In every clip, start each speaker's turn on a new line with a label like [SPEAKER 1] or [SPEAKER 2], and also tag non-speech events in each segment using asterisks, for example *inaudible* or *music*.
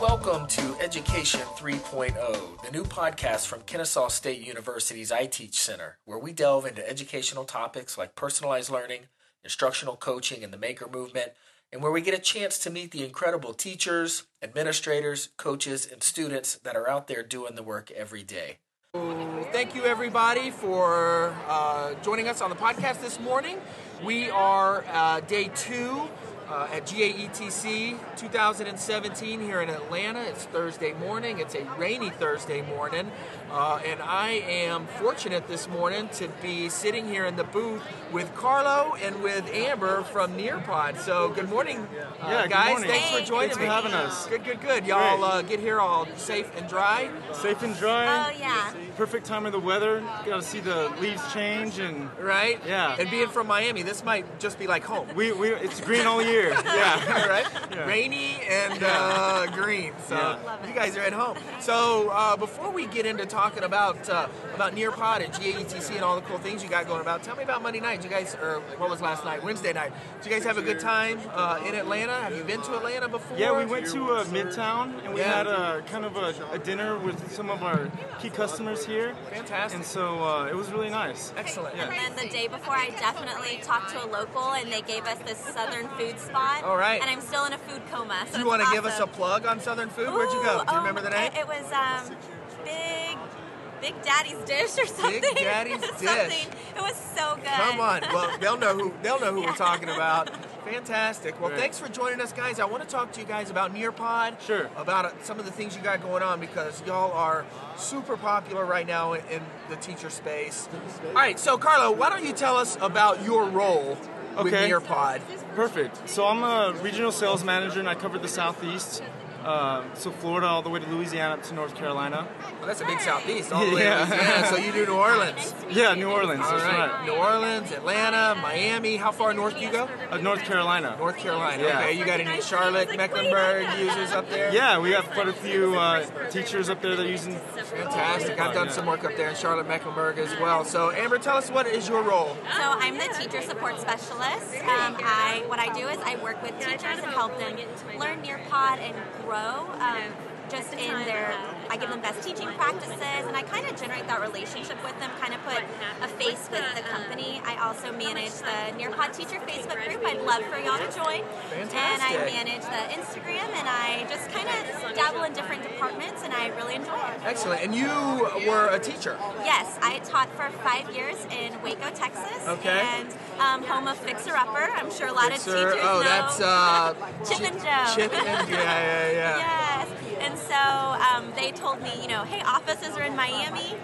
[SPEAKER 1] Welcome to Education 3.0, the new podcast from Kennesaw State University's iTeach Center, where we delve into educational topics like personalized learning, instructional coaching, and the maker movement, and where we get a chance to meet the incredible teachers, administrators, coaches, and students that are out there doing the work every day.
[SPEAKER 2] Thank you, everybody, for uh, joining us on the podcast this morning. We are uh, day two uh, at GAETC 2017 here in Atlanta. It's Thursday morning. It's a rainy Thursday morning. Uh, and I am fortunate this morning to be sitting here in the booth with Carlo and with Amber from Nearpod. So, good morning, uh,
[SPEAKER 3] Yeah, good
[SPEAKER 2] guys.
[SPEAKER 3] morning.
[SPEAKER 2] Thanks for
[SPEAKER 3] Thanks.
[SPEAKER 2] joining
[SPEAKER 3] Thanks for
[SPEAKER 2] me.
[SPEAKER 3] having us.
[SPEAKER 2] Good, good, good. Y'all uh, get here all safe and dry.
[SPEAKER 3] Safe and dry.
[SPEAKER 4] Oh, yeah.
[SPEAKER 3] Perfect time of the weather. Gotta see the leaves change and
[SPEAKER 2] right?
[SPEAKER 3] Yeah.
[SPEAKER 2] And being from Miami, this might just be like home. *laughs*
[SPEAKER 3] we, we it's green all
[SPEAKER 4] *laughs*
[SPEAKER 3] year. Yeah.
[SPEAKER 2] right? Rainy and uh, green. So
[SPEAKER 3] Yeah.
[SPEAKER 4] Love it.
[SPEAKER 2] you guys are at home. So uh, before we get into talking about uh, about Nearpod and GAETC E and all the cool things you got going about, tell me about Monday night. You guys, or what was last night? Wednesday night. Did you guys have a good time uh, in Atlanta? Have you been to Atlanta before?
[SPEAKER 3] Yeah, we went to uh, Midtown and we
[SPEAKER 2] Yeah.
[SPEAKER 3] had a kind of a, a dinner with some of our key customers here.
[SPEAKER 2] Fantastic.
[SPEAKER 3] And so uh, it was really nice.
[SPEAKER 2] Excellent.
[SPEAKER 4] And then the day before, I definitely talked to a local, and they gave us this southern food spot.
[SPEAKER 2] All right.
[SPEAKER 4] And I'm still in a food coma. So
[SPEAKER 2] Do you
[SPEAKER 4] want to
[SPEAKER 2] give us a plug on Southern food? Where'd you go? Do you remember the name?
[SPEAKER 4] It was um, Big Big Daddy's Dish or something. *laughs*
[SPEAKER 2] Daddy's Dish.
[SPEAKER 4] Something. It was so good.
[SPEAKER 2] Come
[SPEAKER 4] *laughs*
[SPEAKER 2] on. Well, they'll know who they'll know who we're talking about. Fantastic. Well,
[SPEAKER 3] Right.
[SPEAKER 2] thanks for joining us, guys. I want to talk to you guys about Nearpod.
[SPEAKER 3] Sure.
[SPEAKER 2] About uh, some of the things you got going on because y'all are super popular right now in, in the teacher space. All right. So, Carlo, why don't you tell us about your role with
[SPEAKER 3] Okay.
[SPEAKER 2] Nearpod?
[SPEAKER 3] Perfect. So I'm a regional sales manager and I cover the Southeast. Uh, so Florida all the way to Louisiana up to North Carolina.
[SPEAKER 2] Well, Oh, that's a big southeast, all the way.
[SPEAKER 3] Yeah.
[SPEAKER 2] Yeah. so you do New Orleans.
[SPEAKER 3] Yeah, New Orleans.
[SPEAKER 2] All
[SPEAKER 3] That's
[SPEAKER 2] right. New
[SPEAKER 3] right.
[SPEAKER 2] Orleans, Atlanta, Miami. How far north do you go?
[SPEAKER 3] Uh, North Carolina.
[SPEAKER 2] North Carolina.
[SPEAKER 3] Yeah.
[SPEAKER 2] Okay. You got any Charlotte, Mecklenburg users up there?
[SPEAKER 3] Yeah, we have quite a few uh, teachers up there that are using
[SPEAKER 2] Fantastic. I've done some work up there in Charlotte, Mecklenburg as well. So, Amber, tell us what is your role?
[SPEAKER 4] So I'm the teacher support specialist. Um, I what I do is I work with teachers and help them learn Nearpod and grow. Um, just in their, I give them best teaching practices, and I kind of generate that relationship with them. Kind of put a face with the company. I also manage the Nearpod Teacher Facebook group. I'd love for y'all to join. And I
[SPEAKER 2] Fantastic.
[SPEAKER 4] manage the Instagram, and I just kind of dabble in different departments, and I really enjoy it.
[SPEAKER 2] Excellent. And you were a teacher.
[SPEAKER 4] Yes, I taught for five years in Waco, Texas,
[SPEAKER 2] Okay.
[SPEAKER 4] and um, home of Fixer Upper. I'm sure a lot
[SPEAKER 2] Fixer-
[SPEAKER 4] of teachers
[SPEAKER 2] oh,
[SPEAKER 4] know.
[SPEAKER 2] that's,
[SPEAKER 4] *laughs*
[SPEAKER 2] uh,
[SPEAKER 4] Chip and Joe. *laughs*
[SPEAKER 2] Chip and- yeah, yeah, yeah.
[SPEAKER 4] yes, and so um, they told me, you know, hey, offices are in Miami.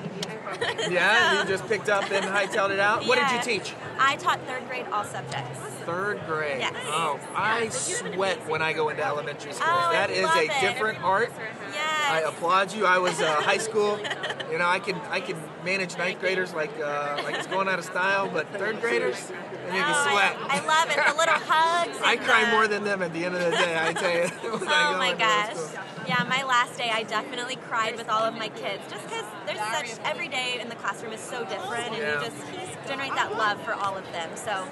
[SPEAKER 2] Yeah,
[SPEAKER 4] So-
[SPEAKER 2] you just picked up and hightailed it out. What
[SPEAKER 4] Yes.
[SPEAKER 2] did you teach?
[SPEAKER 4] I taught third grade all subjects.
[SPEAKER 2] Third grade.
[SPEAKER 4] Yes.
[SPEAKER 2] Oh, I sweat when I go into elementary schools.
[SPEAKER 4] Oh, I
[SPEAKER 2] that is
[SPEAKER 4] love
[SPEAKER 2] a
[SPEAKER 4] it.
[SPEAKER 2] different art.
[SPEAKER 4] Yes.
[SPEAKER 2] I applaud you. I was uh, high school. You know, I can I can manage ninth graders like uh, like it's going out of style, but third graders, they make you
[SPEAKER 4] Oh,
[SPEAKER 2] sweat.
[SPEAKER 4] I, I love it. The
[SPEAKER 2] *laughs*
[SPEAKER 4] little hugs.
[SPEAKER 2] I
[SPEAKER 4] and
[SPEAKER 2] cry
[SPEAKER 4] the-
[SPEAKER 2] more than them at the end of the day. I tell you. *laughs* when I
[SPEAKER 4] Oh
[SPEAKER 2] go
[SPEAKER 4] my
[SPEAKER 2] into those
[SPEAKER 4] gosh.
[SPEAKER 2] schools.
[SPEAKER 4] Yeah, my last day, I definitely cried with all of my kids just because there's such, every day in the classroom is so different and
[SPEAKER 2] Yeah.
[SPEAKER 4] you just generate that love for all of them. So,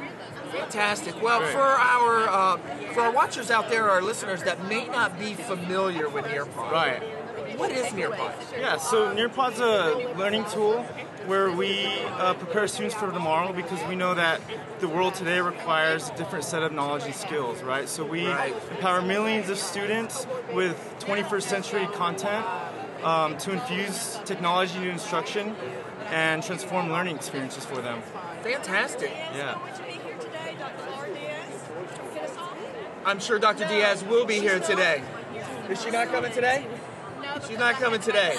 [SPEAKER 2] Fantastic. Well, for our uh, for our watchers out there, our listeners that may not be familiar with Nearpod,
[SPEAKER 3] Right.
[SPEAKER 2] What is Nearpod?
[SPEAKER 3] Yeah, so Nearpod's a learning tool where we uh, prepare students for tomorrow because we know that the world today requires a different set of knowledge and skills, right? So we
[SPEAKER 2] Right.
[SPEAKER 3] empower millions of students with 21st century content um, to infuse technology into instruction and transform learning experiences for them.
[SPEAKER 2] Fantastic.
[SPEAKER 3] Yeah.
[SPEAKER 2] I'm sure Dr. Diaz will be here today. Is she not coming today? She's not coming today.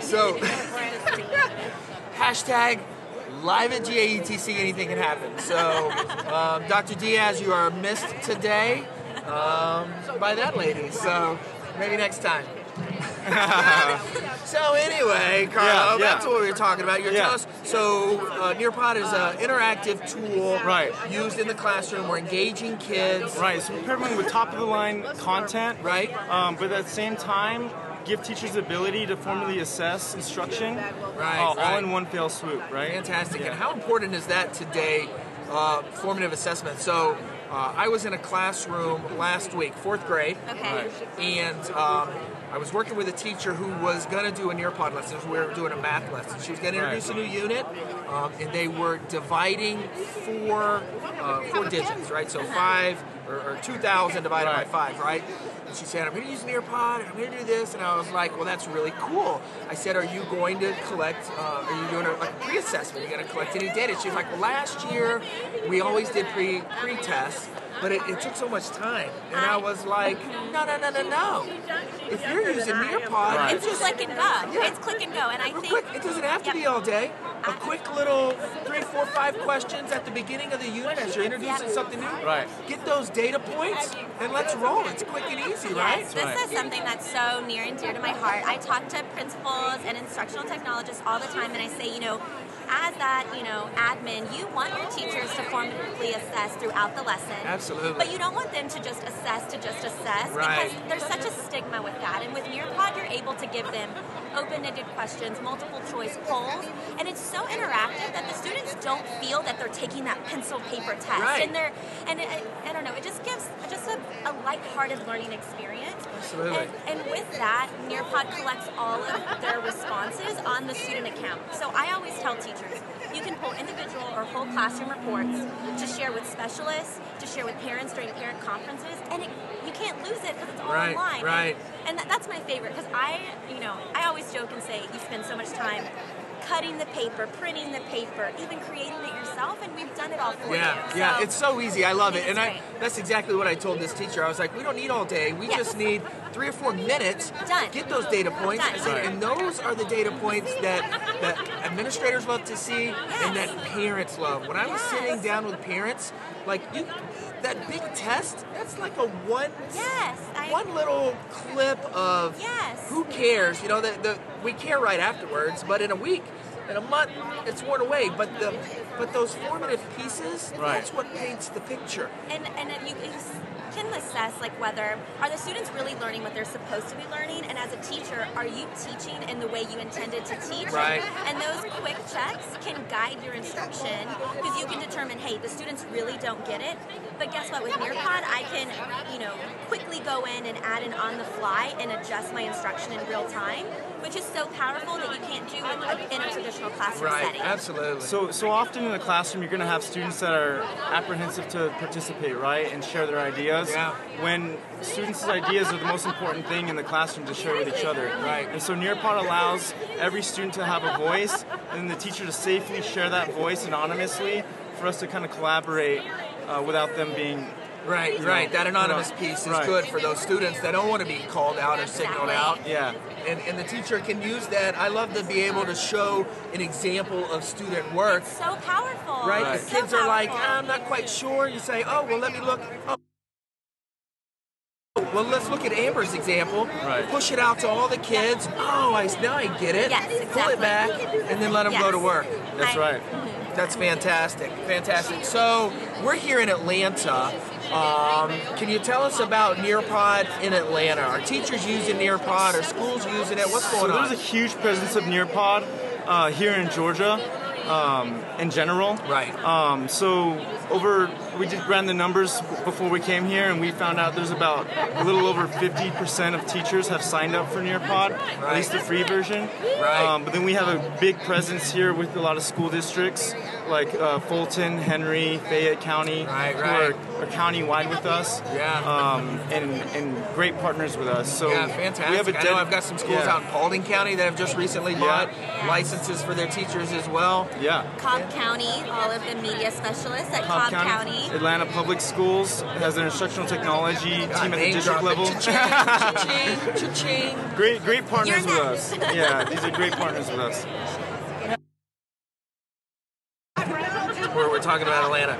[SPEAKER 2] So, *laughs* hashtag live at GAETC, anything can happen. So, um, Dr. Diaz, you are missed today um, by that lady. So, maybe next time. *laughs* so anyway, Carlo,
[SPEAKER 3] Yeah, yeah.
[SPEAKER 2] that's what we were talking about. You're
[SPEAKER 3] Yeah.
[SPEAKER 2] telling us- so uh, Nearpod is an interactive tool
[SPEAKER 3] Right.
[SPEAKER 2] used in the classroom. We're engaging kids.
[SPEAKER 3] Right, so prepare them with top of the line content,
[SPEAKER 2] Right.
[SPEAKER 3] Um, but at the same time, give teachers the ability to formally assess instruction,
[SPEAKER 2] Right,
[SPEAKER 3] uh, all
[SPEAKER 2] Oh, right.
[SPEAKER 3] in one fell swoop, right?
[SPEAKER 2] Fantastic.
[SPEAKER 3] Yeah.
[SPEAKER 2] And how important is that today, uh, formative assessment? So Uh, I was in a classroom last week, fourth grade,
[SPEAKER 4] Okay.
[SPEAKER 2] and um, I was working with a teacher who was going to do a Nearpod lesson. We were doing a math lesson. She was going to introduce a new unit, um, and they were dividing four uh, four digits, right? So five or, or two thousand divided by
[SPEAKER 3] Right.
[SPEAKER 2] five, right? And she said, "I'm going to use Nearpod, and I'm going to do this," and I was like, "Well, that's really cool." I said, "Are you going to collect? Uh, are you doing a, like reassessment? Are you going to collect any data?" She was like, "Well, last year we always did pre pre tests." But it, it took so much time, and I was like, no, no, no, no, no. If you're using Nearpod, it
[SPEAKER 4] It's just
[SPEAKER 2] just
[SPEAKER 4] click and go.
[SPEAKER 2] Yeah.
[SPEAKER 4] It's click and go, and I
[SPEAKER 2] real
[SPEAKER 4] think
[SPEAKER 2] quick. It doesn't have to be
[SPEAKER 4] Yep.
[SPEAKER 2] all day. A quick little three, four, five questions at the beginning of the unit as you're introducing
[SPEAKER 4] Yep.
[SPEAKER 2] something new.
[SPEAKER 3] Right.
[SPEAKER 2] Get those data points and let's roll. It's quick and easy, right?
[SPEAKER 4] Yes, this is something that's so near and dear to my heart. I talk to principals and instructional technologists all the time, and I say, you know, as that, you know, admin, you want your teachers to formatively assess throughout the lesson.
[SPEAKER 2] Absolutely.
[SPEAKER 4] But you don't want them to just assess to just assess
[SPEAKER 2] Right.
[SPEAKER 4] because there's such a stigma with that. And with Nearpod, you're able to give them open-ended questions, multiple choice polls, and it's so interactive that the students don't feel that they're taking that pencil paper test
[SPEAKER 2] Right.
[SPEAKER 4] and they're and it, I, I don't know. It just gives just a, a lighthearted learning experience.
[SPEAKER 2] Absolutely.
[SPEAKER 4] And, and with that, Nearpod collects all of their responses on the student account. So I always tell teachers, you can pull individual or whole classroom reports to share with specialists, to share with parents during parent conferences, and it, you can't lose it because it's all
[SPEAKER 2] Right,
[SPEAKER 4] online.
[SPEAKER 2] right.
[SPEAKER 4] And that, that's my favorite because I, you know, I always joke and say you spend so much time cutting the paper, printing the paper, even creating it yourself, and we've done it all for
[SPEAKER 2] Yeah,
[SPEAKER 4] you. So-
[SPEAKER 2] yeah, it's so easy. I love it,
[SPEAKER 4] It's
[SPEAKER 2] and I,
[SPEAKER 4] great.
[SPEAKER 2] that's exactly what I told this teacher. I was like, we don't need all day. We
[SPEAKER 4] Yeah.
[SPEAKER 2] just need three or four minutes.
[SPEAKER 4] Done.
[SPEAKER 2] Get those data points,
[SPEAKER 4] Done.
[SPEAKER 2] I said, and those are the data points that that administrators love to see and that parents love. When I was
[SPEAKER 4] Yes.
[SPEAKER 2] sitting down with parents, like you, that big test, that's like a one
[SPEAKER 4] Yes, I-
[SPEAKER 2] one little clip of
[SPEAKER 4] Yes.
[SPEAKER 2] who cares? You know, the, the, we care right afterwards, but in a week, in a month, it's worn away. But the but those formative pieces,
[SPEAKER 3] Right.
[SPEAKER 2] that's what paints the picture.
[SPEAKER 4] and and if you you can assess like whether are the students really learning what they're supposed to be learning and as a teacher are you teaching in the way you intended to teach
[SPEAKER 2] Right.
[SPEAKER 4] and those quick checks can guide your instruction because you can determine hey the students really don't get it but guess what with nearpod i can you know quickly go in and add in on the fly and adjust my instruction in real time which is so powerful that you can't do with, in a traditional classroom setting
[SPEAKER 2] absolutely. So
[SPEAKER 3] So, so often in the classroom, you're going to have students that are apprehensive to participate, right, and share their ideas.
[SPEAKER 2] Yeah.
[SPEAKER 3] When students' ideas are the most important thing in the classroom to share with each other.
[SPEAKER 2] Right.
[SPEAKER 3] And so Nearpod allows every student to have a voice, and the teacher to safely share that voice anonymously for us to kind of collaborate uh, without them being
[SPEAKER 2] right, right. That anonymous piece is
[SPEAKER 3] Right.
[SPEAKER 2] good for those students that don't want to be called out or signaled out.
[SPEAKER 3] yeah.
[SPEAKER 2] And, and the teacher can use that. I love to be able to show an example of student work.
[SPEAKER 4] so powerful
[SPEAKER 2] Right?
[SPEAKER 4] It's
[SPEAKER 2] The
[SPEAKER 4] so
[SPEAKER 2] kids are like,
[SPEAKER 4] powerful.
[SPEAKER 2] I'm not quite sure. You say, oh, well, let me look. Oh. Well, let's look at Amber's example.
[SPEAKER 3] Right.
[SPEAKER 2] Push it out to all the kids. Oh, I now I get it.
[SPEAKER 4] Yes,
[SPEAKER 2] Pull
[SPEAKER 4] exactly.
[SPEAKER 2] it back, and then let them go
[SPEAKER 4] Yes.
[SPEAKER 2] to work.
[SPEAKER 3] That's
[SPEAKER 4] I-
[SPEAKER 3] right.
[SPEAKER 2] That's fantastic, fantastic. So we're here in Atlanta. Um, can you tell us about Nearpod in Atlanta? Are teachers using Nearpod? Are schools using it? What's going
[SPEAKER 3] So
[SPEAKER 2] on?
[SPEAKER 3] there's a huge presence of Nearpod uh, here in Georgia um, in general.
[SPEAKER 2] Right.
[SPEAKER 3] Um, so over, we did ran the numbers before we came here, and we found out there's about a little over 50% of teachers have signed up for Nearpod, at least the free version.
[SPEAKER 2] Right.
[SPEAKER 3] Um, but then we have a big presence here with a lot of school districts like uh, Fulton, Henry, Fayette County,
[SPEAKER 2] Right,
[SPEAKER 3] who
[SPEAKER 2] right.
[SPEAKER 3] are, are county wide with us.
[SPEAKER 2] Yeah.
[SPEAKER 3] Um, and and great partners with us. So
[SPEAKER 2] Yeah,
[SPEAKER 3] We have a
[SPEAKER 2] fantastic. I
[SPEAKER 3] dedi-
[SPEAKER 2] know I've got some schools
[SPEAKER 3] yeah.
[SPEAKER 2] out in Paulding County that have just recently bought licenses for their teachers as well.
[SPEAKER 3] Yeah.
[SPEAKER 4] Cobb County, all of the media specialists at Cobb, County.
[SPEAKER 3] Atlanta Public Schools has an instructional technology team at the
[SPEAKER 2] name
[SPEAKER 3] district
[SPEAKER 2] dropping. *laughs*
[SPEAKER 3] level.
[SPEAKER 2] Cha-ching, cha-ching.
[SPEAKER 3] great, great partners
[SPEAKER 4] You're
[SPEAKER 3] with
[SPEAKER 4] next.
[SPEAKER 3] us. Yeah, these are great partners with us.
[SPEAKER 2] We're, we're talking about Atlanta.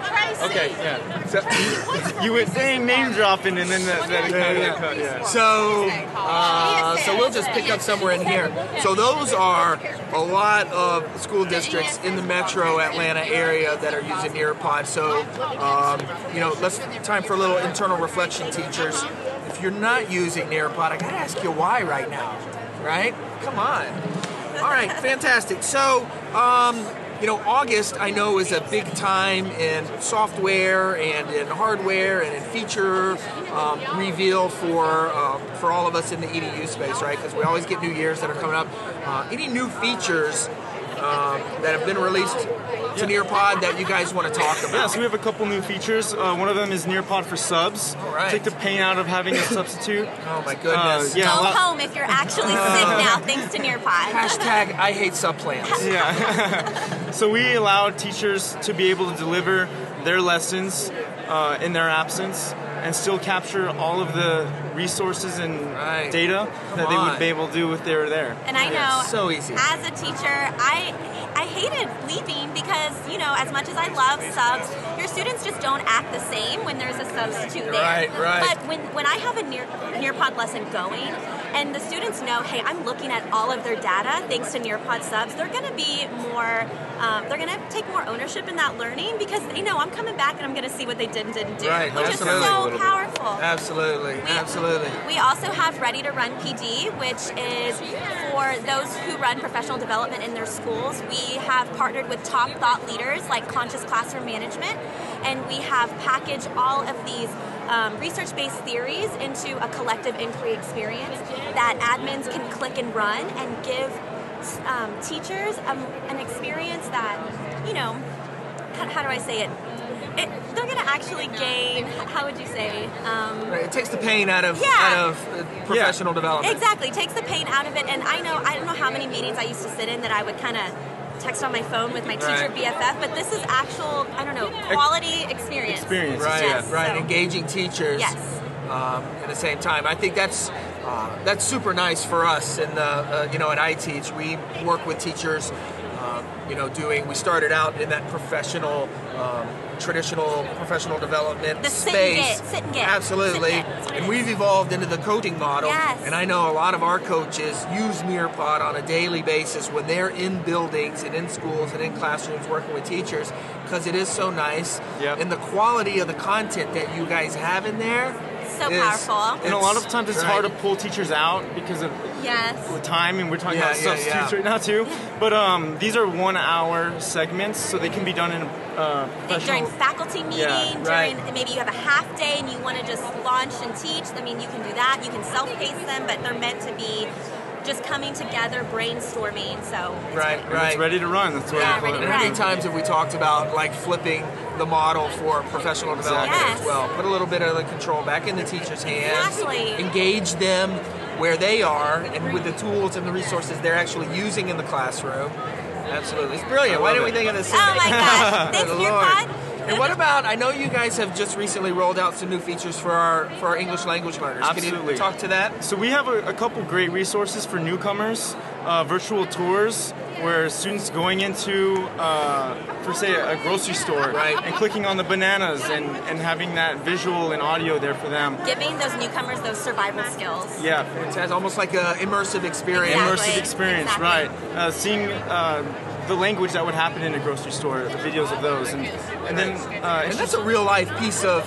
[SPEAKER 3] Okay, *laughs* yeah. So, you were saying name dropping, and then that, that kind of cut. Yeah.
[SPEAKER 2] So, uh, so we'll just pick up somewhere in here. So those are a lot of school districts in the metro Atlanta area that are using Nearpod. So, um, you know, let's time for a little internal reflection, teachers. If you're not using Nearpod, I gotta ask you why right now, right? Come on. All right, fantastic. So, um, you know, August I know is a big time in software and in hardware and in feature um, reveal for uh, for all of us in the EDU space, right? Because we always get new years that are coming up. Uh, any new features um, that have been released to Nearpod that you guys want to talk
[SPEAKER 3] Yeah,
[SPEAKER 2] about?
[SPEAKER 3] so we have a couple new features. Uh, one of them is Nearpod for subs.
[SPEAKER 2] right.
[SPEAKER 3] Take the pain out of having a substitute.
[SPEAKER 2] Oh my
[SPEAKER 3] Uh,
[SPEAKER 2] goodness!
[SPEAKER 4] Go
[SPEAKER 3] yeah, a lot-
[SPEAKER 4] home if you're actually sick now, thanks to Nearpod.
[SPEAKER 2] Hashtag I hate subplans.
[SPEAKER 3] So we allow teachers to be able to deliver their lessons uh, in their absence and still capture all of the resources and
[SPEAKER 2] Right.
[SPEAKER 3] data that they
[SPEAKER 2] on.
[SPEAKER 3] would be able to do if they were there.
[SPEAKER 4] And I know,
[SPEAKER 2] so easy.
[SPEAKER 4] as a teacher, I I hated leaving because you know, as much as I love subs, your students just don't act the same when there's a substitute there.
[SPEAKER 2] Right, right.
[SPEAKER 4] But when when I have a near Nearpod lesson going, and the students know, hey, I'm looking at all of their data thanks to Nearpod subs. They're going to be more, um, they're going to take more ownership in that learning because they know I'm coming back and I'm going to see what they did and didn't do,
[SPEAKER 2] Right,
[SPEAKER 4] which
[SPEAKER 2] absolutely.
[SPEAKER 4] is so powerful.
[SPEAKER 2] Absolutely, absolutely.
[SPEAKER 4] We also have Ready to Run PD, which is for those who run professional development in their schools. We have partnered with top thought leaders like Conscious Classroom Management, and we have packaged all of these um, research based theories into a collective inquiry experience that admins can click and run and give um, teachers um, an experience that, you know, how, how do I say it? it they're going to actually gain, how would you say? Um,
[SPEAKER 2] Right, It takes the pain out of
[SPEAKER 4] Yeah.
[SPEAKER 2] out of uh, professional development.
[SPEAKER 4] Exactly, takes the pain out of it. And I know I don't know how many meetings I used to sit in that I would kind of text on my phone with my teacher
[SPEAKER 2] Right.
[SPEAKER 4] BFF, but this is actual I don't know quality experience.
[SPEAKER 3] Experience.
[SPEAKER 2] Right,
[SPEAKER 4] Yes,
[SPEAKER 2] right.
[SPEAKER 4] so-
[SPEAKER 2] Engaging teachers.
[SPEAKER 4] Yes.
[SPEAKER 2] Um, at the same time, I think that's uh, that's super nice for us. In the uh, you know, and I teach. We work with teachers. Um, you know, doing. We started out in that professional. Um, Traditional professional development
[SPEAKER 4] The sit and
[SPEAKER 2] space,
[SPEAKER 4] get, sit and get,
[SPEAKER 2] absolutely,
[SPEAKER 4] sit and get, that's what it
[SPEAKER 2] and
[SPEAKER 4] is.
[SPEAKER 2] we've evolved into the coaching model.
[SPEAKER 4] Yes.
[SPEAKER 2] And I know a lot of our coaches use Nearpod on a daily basis when they're in buildings and in schools and in classrooms working with teachers because it is so nice.
[SPEAKER 3] Yep.
[SPEAKER 2] And the quality of the content that you guys have in there
[SPEAKER 4] So
[SPEAKER 2] is-
[SPEAKER 4] powerful.
[SPEAKER 3] And a lot of times it's hard to
[SPEAKER 2] right.
[SPEAKER 3] pull teachers out because of
[SPEAKER 4] Yes.
[SPEAKER 3] the time, and we're talking
[SPEAKER 2] Yeah,
[SPEAKER 3] about
[SPEAKER 2] yeah,
[SPEAKER 3] substitutes
[SPEAKER 2] yeah.
[SPEAKER 3] right now too. But um, these are one-hour segments, so they can be done in a uh,
[SPEAKER 4] During
[SPEAKER 3] professional.
[SPEAKER 4] faculty meeting,
[SPEAKER 3] Yeah,
[SPEAKER 2] right.
[SPEAKER 4] during maybe you have a half day and you want to just launch and teach. I mean, you can do that. You can self-pace them, but they're meant to be just coming together, brainstorming. So it's
[SPEAKER 2] Right,
[SPEAKER 3] And
[SPEAKER 2] right.
[SPEAKER 3] It's ready to run. That's what
[SPEAKER 4] Yeah,
[SPEAKER 3] we call
[SPEAKER 4] ready
[SPEAKER 3] it.
[SPEAKER 4] to
[SPEAKER 2] How many
[SPEAKER 4] run.
[SPEAKER 2] times have we talked about like flipping the model for professional development
[SPEAKER 4] Yes.
[SPEAKER 2] as well? Put a little bit of the control back in the teacher's hands.
[SPEAKER 4] Exactly.
[SPEAKER 2] Engage them where they are and with the tools and the resources they're actually using in the classroom. Absolutely, it's brilliant. Why didn't we think of this?
[SPEAKER 4] Oh
[SPEAKER 2] sooner? *laughs*
[SPEAKER 4] my gosh. Thanks,
[SPEAKER 2] Good
[SPEAKER 4] Nearpod.
[SPEAKER 2] Lord. And what about? I know you guys have just recently rolled out some new features for our for our English language learners. Can
[SPEAKER 3] Absolutely.
[SPEAKER 2] you talk to that?
[SPEAKER 3] So we have a, a couple great resources for newcomers, uh, virtual tours where students going into, uh, for say, a grocery store
[SPEAKER 2] Right.
[SPEAKER 3] and clicking on the bananas and, and having that visual and audio there for them.
[SPEAKER 4] giving those newcomers those survival skills.
[SPEAKER 3] Yeah,
[SPEAKER 2] It has almost like a immersive experience.
[SPEAKER 4] Exactly.
[SPEAKER 3] immersive experience,
[SPEAKER 4] Exactly.
[SPEAKER 3] right? Uh, seeing uh, the language that would happen in a grocery store, the videos of those, and and then uh,
[SPEAKER 2] And
[SPEAKER 3] it's
[SPEAKER 2] that's a real life piece of,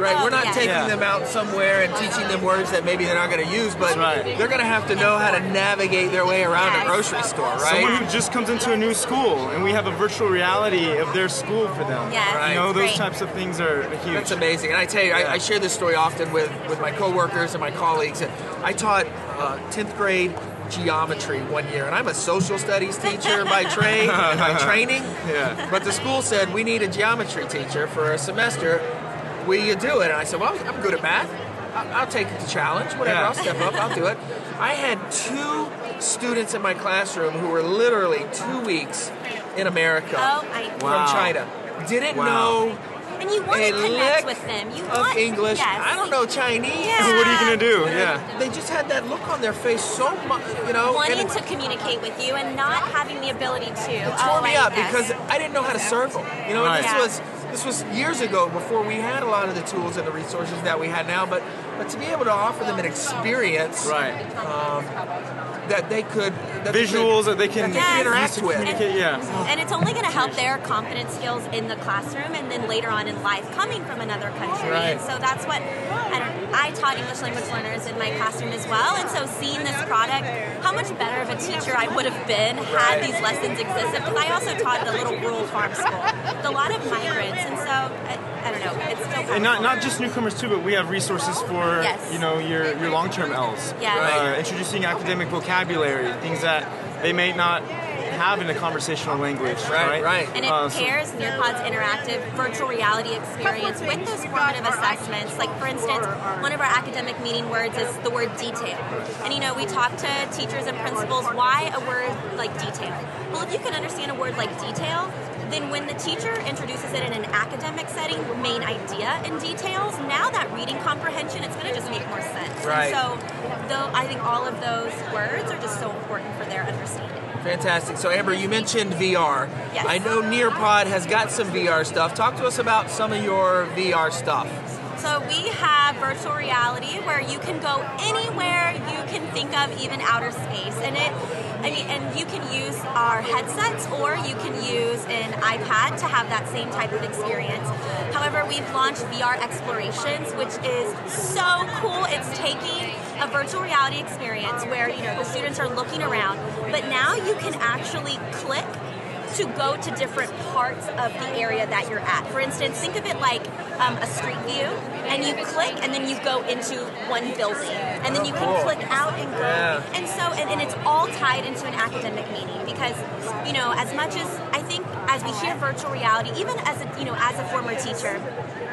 [SPEAKER 2] right?
[SPEAKER 4] Oh,
[SPEAKER 2] We're not
[SPEAKER 4] yeah.
[SPEAKER 2] taking
[SPEAKER 3] Yeah.
[SPEAKER 2] them out somewhere and teaching them words that maybe they're not going to use, but
[SPEAKER 3] That's right.
[SPEAKER 2] they're going to have to know how to navigate their way around
[SPEAKER 4] Yes.
[SPEAKER 2] a grocery store, right?
[SPEAKER 3] someone who just comes into a new school, and we have a virtual reality of their school for them.
[SPEAKER 4] Yes,
[SPEAKER 3] you know
[SPEAKER 4] it's
[SPEAKER 3] those
[SPEAKER 4] great.
[SPEAKER 3] types of things are huge.
[SPEAKER 2] That's amazing. And I tell you, I, I share this story often with, with my coworkers and my colleagues. I taught uh, 10th grade geometry one year, and I'm a social studies teacher
[SPEAKER 3] *laughs*
[SPEAKER 2] by trade and by training.
[SPEAKER 3] Yeah.
[SPEAKER 2] But the school said, we need a geometry teacher for a semester. Will you do it? And I said, well, I'm good at math. I- I'll take the challenge, whatever.
[SPEAKER 3] Yeah.
[SPEAKER 2] I'll step up, I'll do it. I had two students in my classroom who were literally two weeks in America
[SPEAKER 4] Oh, I-
[SPEAKER 2] from
[SPEAKER 3] Wow.
[SPEAKER 2] China. Didn't
[SPEAKER 3] Wow.
[SPEAKER 2] know
[SPEAKER 4] And you want
[SPEAKER 2] a
[SPEAKER 4] to
[SPEAKER 2] lick
[SPEAKER 4] connect with them. You
[SPEAKER 2] of
[SPEAKER 4] want
[SPEAKER 2] English.
[SPEAKER 4] Yes.
[SPEAKER 2] I don't know Chinese.
[SPEAKER 4] Yeah.
[SPEAKER 3] what are you gonna do? Yeah.
[SPEAKER 2] They just had that look on their face so much, you know.
[SPEAKER 4] Wanting
[SPEAKER 2] and
[SPEAKER 4] to communicate with you and not having the ability to. Oh,
[SPEAKER 2] it tore me
[SPEAKER 4] I
[SPEAKER 2] up
[SPEAKER 4] guess.
[SPEAKER 2] because I didn't know how to serve them. You know, and
[SPEAKER 3] Right.
[SPEAKER 2] this
[SPEAKER 4] Yeah.
[SPEAKER 2] was this was years ago before we had a lot of the tools and the resources that we had now. But but to be able to offer them an experience
[SPEAKER 3] Right.
[SPEAKER 2] that they could that they
[SPEAKER 3] Visuals that they can
[SPEAKER 2] Yes.
[SPEAKER 3] use to
[SPEAKER 2] Interact with.
[SPEAKER 3] communicate. Yeah.
[SPEAKER 4] And it's only going to help their competence skills in the classroom and then later on in life coming from another country.
[SPEAKER 2] Right.
[SPEAKER 4] And so that's what I, don't, I taught English language learners in my classroom as well. And so seeing this product, how much better of a teacher I would have been had these lessons existed. Because I also taught the little rural farm school, with a lot of migrants. And so, I, I don't know, it's still
[SPEAKER 3] And not, not just newcomers too, but we have resources for
[SPEAKER 4] Yes.
[SPEAKER 3] you know your, your long term L's.
[SPEAKER 4] Yes.
[SPEAKER 3] Uh, introducing academic vocabulary, things that they may not have in a conversational language.
[SPEAKER 2] Right,
[SPEAKER 3] Right.
[SPEAKER 2] right.
[SPEAKER 4] And it
[SPEAKER 3] Uh, so-
[SPEAKER 4] pairs Nearpod's interactive virtual reality experience with those formative assessments. Like, for instance, one of our academic meeting words is the word detail. And, you know, we talk to teachers and principals why a word like detail. Well, if you can understand a word like detail, then when the teacher introduces it in an academic setting, main idea and details, now that reading comprehension, it's going to just make more sense. And
[SPEAKER 2] Right.
[SPEAKER 4] so, though, I think all of those words are just so important for their understanding.
[SPEAKER 2] Fantastic. So Amber, you mentioned VR.
[SPEAKER 4] Yes.
[SPEAKER 2] I know Nearpod has got some VR stuff. Talk to us about some of your VR stuff.
[SPEAKER 4] So we have virtual reality where you can go anywhere you can think of, even outer space, and it. I mean, and you can use our headsets or you can use an iPad to have that same type of experience. However, we've launched VR Explorations, which is so cool. It's taking a virtual reality experience where you know the students are looking around, but now you can actually click to go to different parts of the area that you're at. For instance, think of it like um, a street view, and you click, and then you go into one building, and then you can
[SPEAKER 2] Oh, cool.
[SPEAKER 4] click out and go.
[SPEAKER 2] Yeah.
[SPEAKER 4] And so, and, and it's all tied into an academic meeting because you know, as much as I think, as we hear virtual reality, even as a you know, as a former teacher.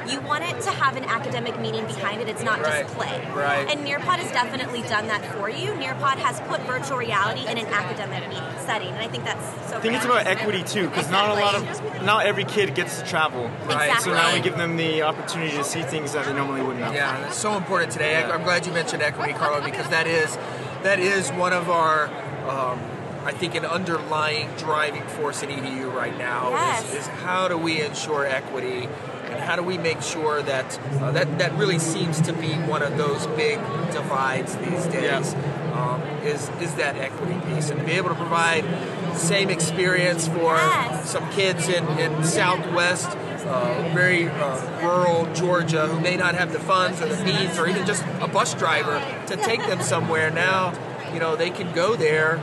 [SPEAKER 4] You want it to have an academic meaning behind it. It's not just
[SPEAKER 2] Right.
[SPEAKER 4] play.
[SPEAKER 2] Right.
[SPEAKER 4] And Nearpod has definitely done that for you. Nearpod has put virtual reality in an academic meeting setting, and I think that's so.
[SPEAKER 3] I think it's
[SPEAKER 4] rad.
[SPEAKER 3] about equity too, because not a lot of not every kid gets to travel.
[SPEAKER 4] Right.
[SPEAKER 3] So now we
[SPEAKER 4] Exactly.
[SPEAKER 3] give them the opportunity to see things that they normally wouldn't have.
[SPEAKER 2] Yeah, that's so important today. I- I'm glad you mentioned equity, Carlo, because that is that is one of our, um, I think, an underlying driving force in EDU right now
[SPEAKER 4] Yes.
[SPEAKER 2] is, is how do we ensure equity and how do we make sure that uh, that that really seems to be one of those big divides these days. Um, is is that equity piece and to be able to provide the same experience for
[SPEAKER 4] Yes.
[SPEAKER 2] some kids in, in southwest, uh, very uh, rural Georgia who may not have the funds or the means or even just a bus driver to take them somewhere. Now, you know, they can go there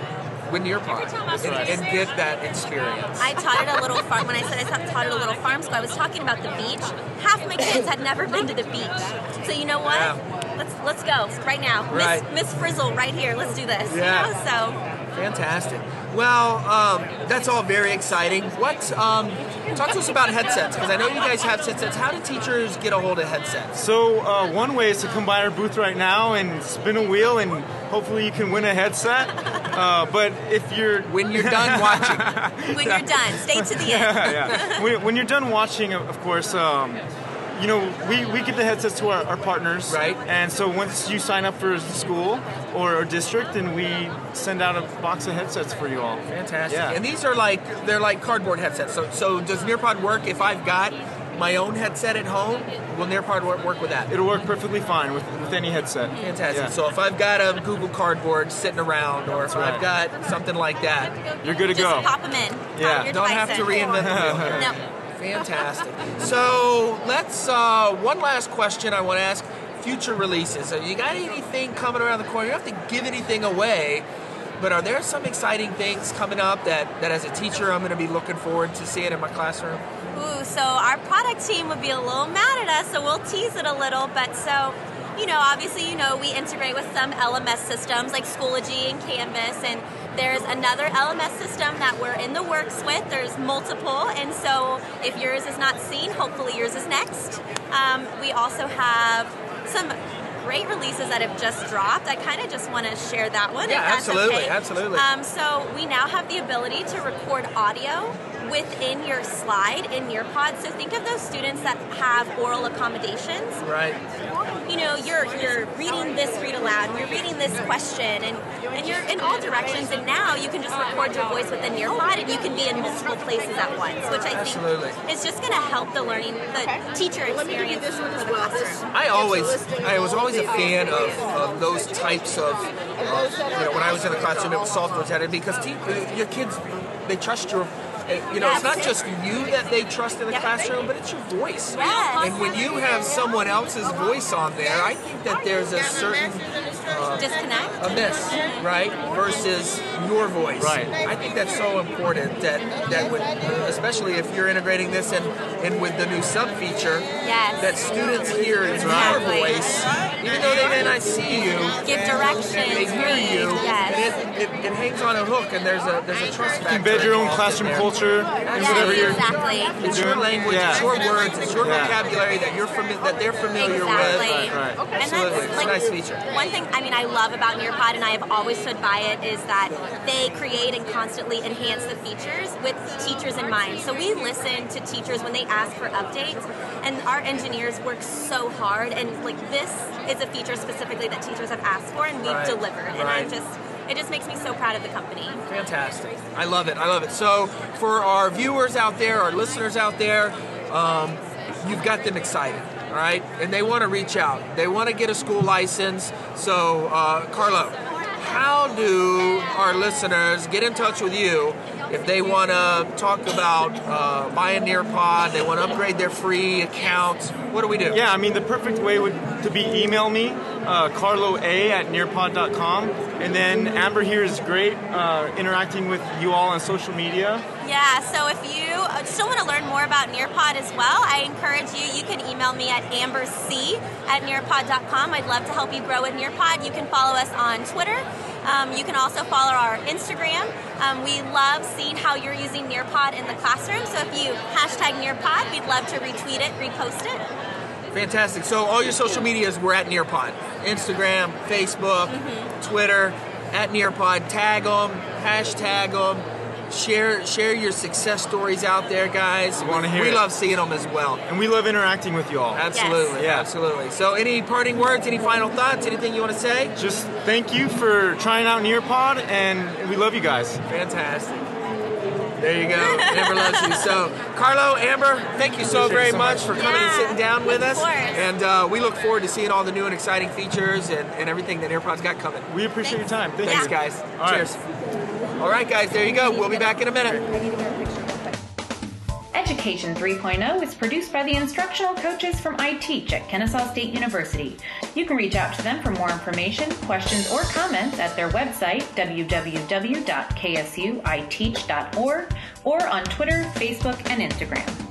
[SPEAKER 2] with Nearpod and, and get that experience.
[SPEAKER 4] I taught at a little farm. When I said I taught- taught at a little farm school, I was talking about the beach. Half my kids had never been to the beach, so you know what?
[SPEAKER 2] Yeah.
[SPEAKER 4] Let's let's go right now,
[SPEAKER 2] Right.
[SPEAKER 4] Miss, Miss Frizzle, right here. Let's do this.
[SPEAKER 2] Yeah.
[SPEAKER 4] You know? So
[SPEAKER 2] Fantastic. Well, um, that's all very exciting. What? Um, talk to us about headsets because I know you guys have headsets. How do teachers get a hold of headsets?
[SPEAKER 3] So uh, one way is to come by our booth right now and spin a wheel, and hopefully you can win
[SPEAKER 2] *laughs*
[SPEAKER 3] a headset. Uh, but if you're
[SPEAKER 2] When you're done watching,
[SPEAKER 4] when you're done, stay to the end.
[SPEAKER 3] yeah. when, when you're done watching, of- of course, um, you know, we, we give the headsets to our, our partners.
[SPEAKER 2] Right.
[SPEAKER 3] And so once you sign up for the school or, or district, then we send out a box of headsets for you all.
[SPEAKER 2] Fantastic.
[SPEAKER 3] Yeah.
[SPEAKER 2] And these are like they're like cardboard headsets. So so does Nearpod work if I've got my own headset at home? Will Nearpod work, work with that?
[SPEAKER 3] It'll work perfectly fine with, with any headset.
[SPEAKER 2] Fantastic.
[SPEAKER 3] Yeah.
[SPEAKER 2] So if I've got a Google Cardboard sitting around, or if
[SPEAKER 3] That's right.
[SPEAKER 2] I've got something like that,
[SPEAKER 3] *laughs* You're good to
[SPEAKER 4] Just
[SPEAKER 3] go.
[SPEAKER 4] pop them in.
[SPEAKER 3] Yeah.
[SPEAKER 4] Your
[SPEAKER 2] don't
[SPEAKER 4] device
[SPEAKER 2] have to
[SPEAKER 4] in.
[SPEAKER 2] reinvent the wheel. here.
[SPEAKER 4] No.
[SPEAKER 2] Fantastic. So let's. Uh, one last question I want to ask: future releases. Have you got anything coming around the corner? You don't have to give anything away, but are there some exciting things coming up that, that as a teacher I'm going to be looking forward to seeing in my classroom?
[SPEAKER 4] Ooh, so our product team would be a little mad at us, so we'll tease it a little. But so, you know, obviously, you know, we integrate with some LMS systems like Schoology and Canvas, and there's another LMS system that we're in the works with. There's multiple, and so if yours is not seen, hopefully yours is next. Um, we also have some great releases that have just dropped. I kind of just want to share that one. if
[SPEAKER 2] Yeah,
[SPEAKER 4] that's Um,
[SPEAKER 2] absolutely,
[SPEAKER 4] okay.
[SPEAKER 2] absolutely.
[SPEAKER 4] Um, so we now have the ability to record audio within your slide in Nearpod. So think of those students that have oral accommodations.
[SPEAKER 2] Right.
[SPEAKER 4] You know, you're you're reading this read aloud, you're reading this question, and, and you're in all directions. And now you can just record your voice within Nearpod, and you can be in multiple places at once, which I think
[SPEAKER 2] Absolutely.
[SPEAKER 4] is just going to help the learning, the teacher experience for the classroom.
[SPEAKER 2] I always, I was always a fan of, of those types of, of, you know, when I was in the classroom, it was software headed because te- your kids, they trust your, eh, you know, it's not just you that they trust in the classroom, but it's your voice.
[SPEAKER 4] Yes.
[SPEAKER 2] And when you have someone else's voice on there, I think that there's a certain
[SPEAKER 4] Disconnect.
[SPEAKER 2] a miss, right? Versus your voice.
[SPEAKER 3] Right.
[SPEAKER 2] I think that's so important that that would, especially if you're integrating this and and with the new sub feature,
[SPEAKER 4] Yes.
[SPEAKER 2] that students hear your
[SPEAKER 4] Exactly.
[SPEAKER 2] voice, even though they may not see you.
[SPEAKER 4] Give directions.
[SPEAKER 2] They hear you,
[SPEAKER 4] read, Yes.
[SPEAKER 2] and it, it, it hangs on a hook, and there's a there's a trust factor.
[SPEAKER 3] Embed your own
[SPEAKER 2] involved in
[SPEAKER 3] classroom
[SPEAKER 2] there.
[SPEAKER 3] culture and
[SPEAKER 4] Yes,
[SPEAKER 3] whatever you're.
[SPEAKER 4] exactly.
[SPEAKER 2] It's your
[SPEAKER 3] doing.
[SPEAKER 2] language, it's
[SPEAKER 3] Yeah.
[SPEAKER 2] your words, it's your
[SPEAKER 3] Yeah.
[SPEAKER 2] vocabulary that you're fami- that they're familiar
[SPEAKER 4] Exactly.
[SPEAKER 2] with.
[SPEAKER 3] Right, right.
[SPEAKER 4] And
[SPEAKER 2] Absolutely. It's
[SPEAKER 4] that's
[SPEAKER 2] a
[SPEAKER 4] like
[SPEAKER 2] nice feature.
[SPEAKER 4] one thing I mean I love about Nearpod and I have always stood by it is that they create and constantly enhance the features with teachers in mind. So we listen to teachers when they ask for updates and our engineers work so hard and like this is a feature specifically that teachers have asked for and we've
[SPEAKER 2] Right,
[SPEAKER 4] delivered and
[SPEAKER 2] right.
[SPEAKER 4] I'm just it just makes me so proud of the company.
[SPEAKER 2] Fantastic. I love it. I love it. So, for our viewers out there, our listeners out there, um, you've got them excited, all right? And they want to reach out, they want to get a school license. So, uh, Carlo, how do our listeners get in touch with you if they want to talk about uh, buying Nearpod, they want to upgrade their free accounts? What do we do?
[SPEAKER 3] Yeah, I mean, the perfect way would to be email me, uh, carloa at nearpod.com. And then Amber here is great uh, interacting with you all on social media.
[SPEAKER 4] Yeah, so if you uh, still want to learn more about Nearpod as well, I encourage you, you can email me at amberc at nearpod.com. I'd love to help you grow with Nearpod. You can follow us on Twitter. Um, you can also follow our Instagram. Um, we love seeing how you're using Nearpod in the classroom. So if you hashtag Nearpod, we'd love to retweet it, repost it.
[SPEAKER 2] Fantastic. So all your social medias we're at Nearpod. Instagram, Facebook, Twitter, at Nearpod. Tag them, hashtag them. Share share your success stories out there, guys.
[SPEAKER 3] We wanna hear
[SPEAKER 2] We
[SPEAKER 3] it.
[SPEAKER 2] love seeing them as well.
[SPEAKER 3] And we love interacting with you all.
[SPEAKER 2] Absolutely,
[SPEAKER 3] Yeah.
[SPEAKER 2] absolutely. So any parting words, any final thoughts, anything you want to say?
[SPEAKER 3] Just thank you for trying out Nearpod, and we love you guys.
[SPEAKER 2] Fantastic. There *laughs* you go. Amber loves you. So, Carlo, Amber, thank you so
[SPEAKER 3] Appreciate
[SPEAKER 2] very
[SPEAKER 3] it so
[SPEAKER 2] much
[SPEAKER 3] much.
[SPEAKER 2] for coming and
[SPEAKER 4] Yeah,
[SPEAKER 2] sitting down with
[SPEAKER 4] of
[SPEAKER 2] us.
[SPEAKER 4] course.
[SPEAKER 2] And uh, we look forward to seeing all the new and exciting features and, and everything that AirPod's got coming.
[SPEAKER 3] We appreciate your time. Thank
[SPEAKER 2] Thanks,
[SPEAKER 3] you.
[SPEAKER 2] guys.
[SPEAKER 3] All right.
[SPEAKER 2] Cheers. All right, guys, there you go. We'll be back in a minute.
[SPEAKER 5] Education 3.0 is produced by the instructional coaches from iTeach at Kennesaw State University. You can reach out to them for more information, questions, or comments at their website, www.ksuiteach.org, or on Twitter, Facebook, and Instagram.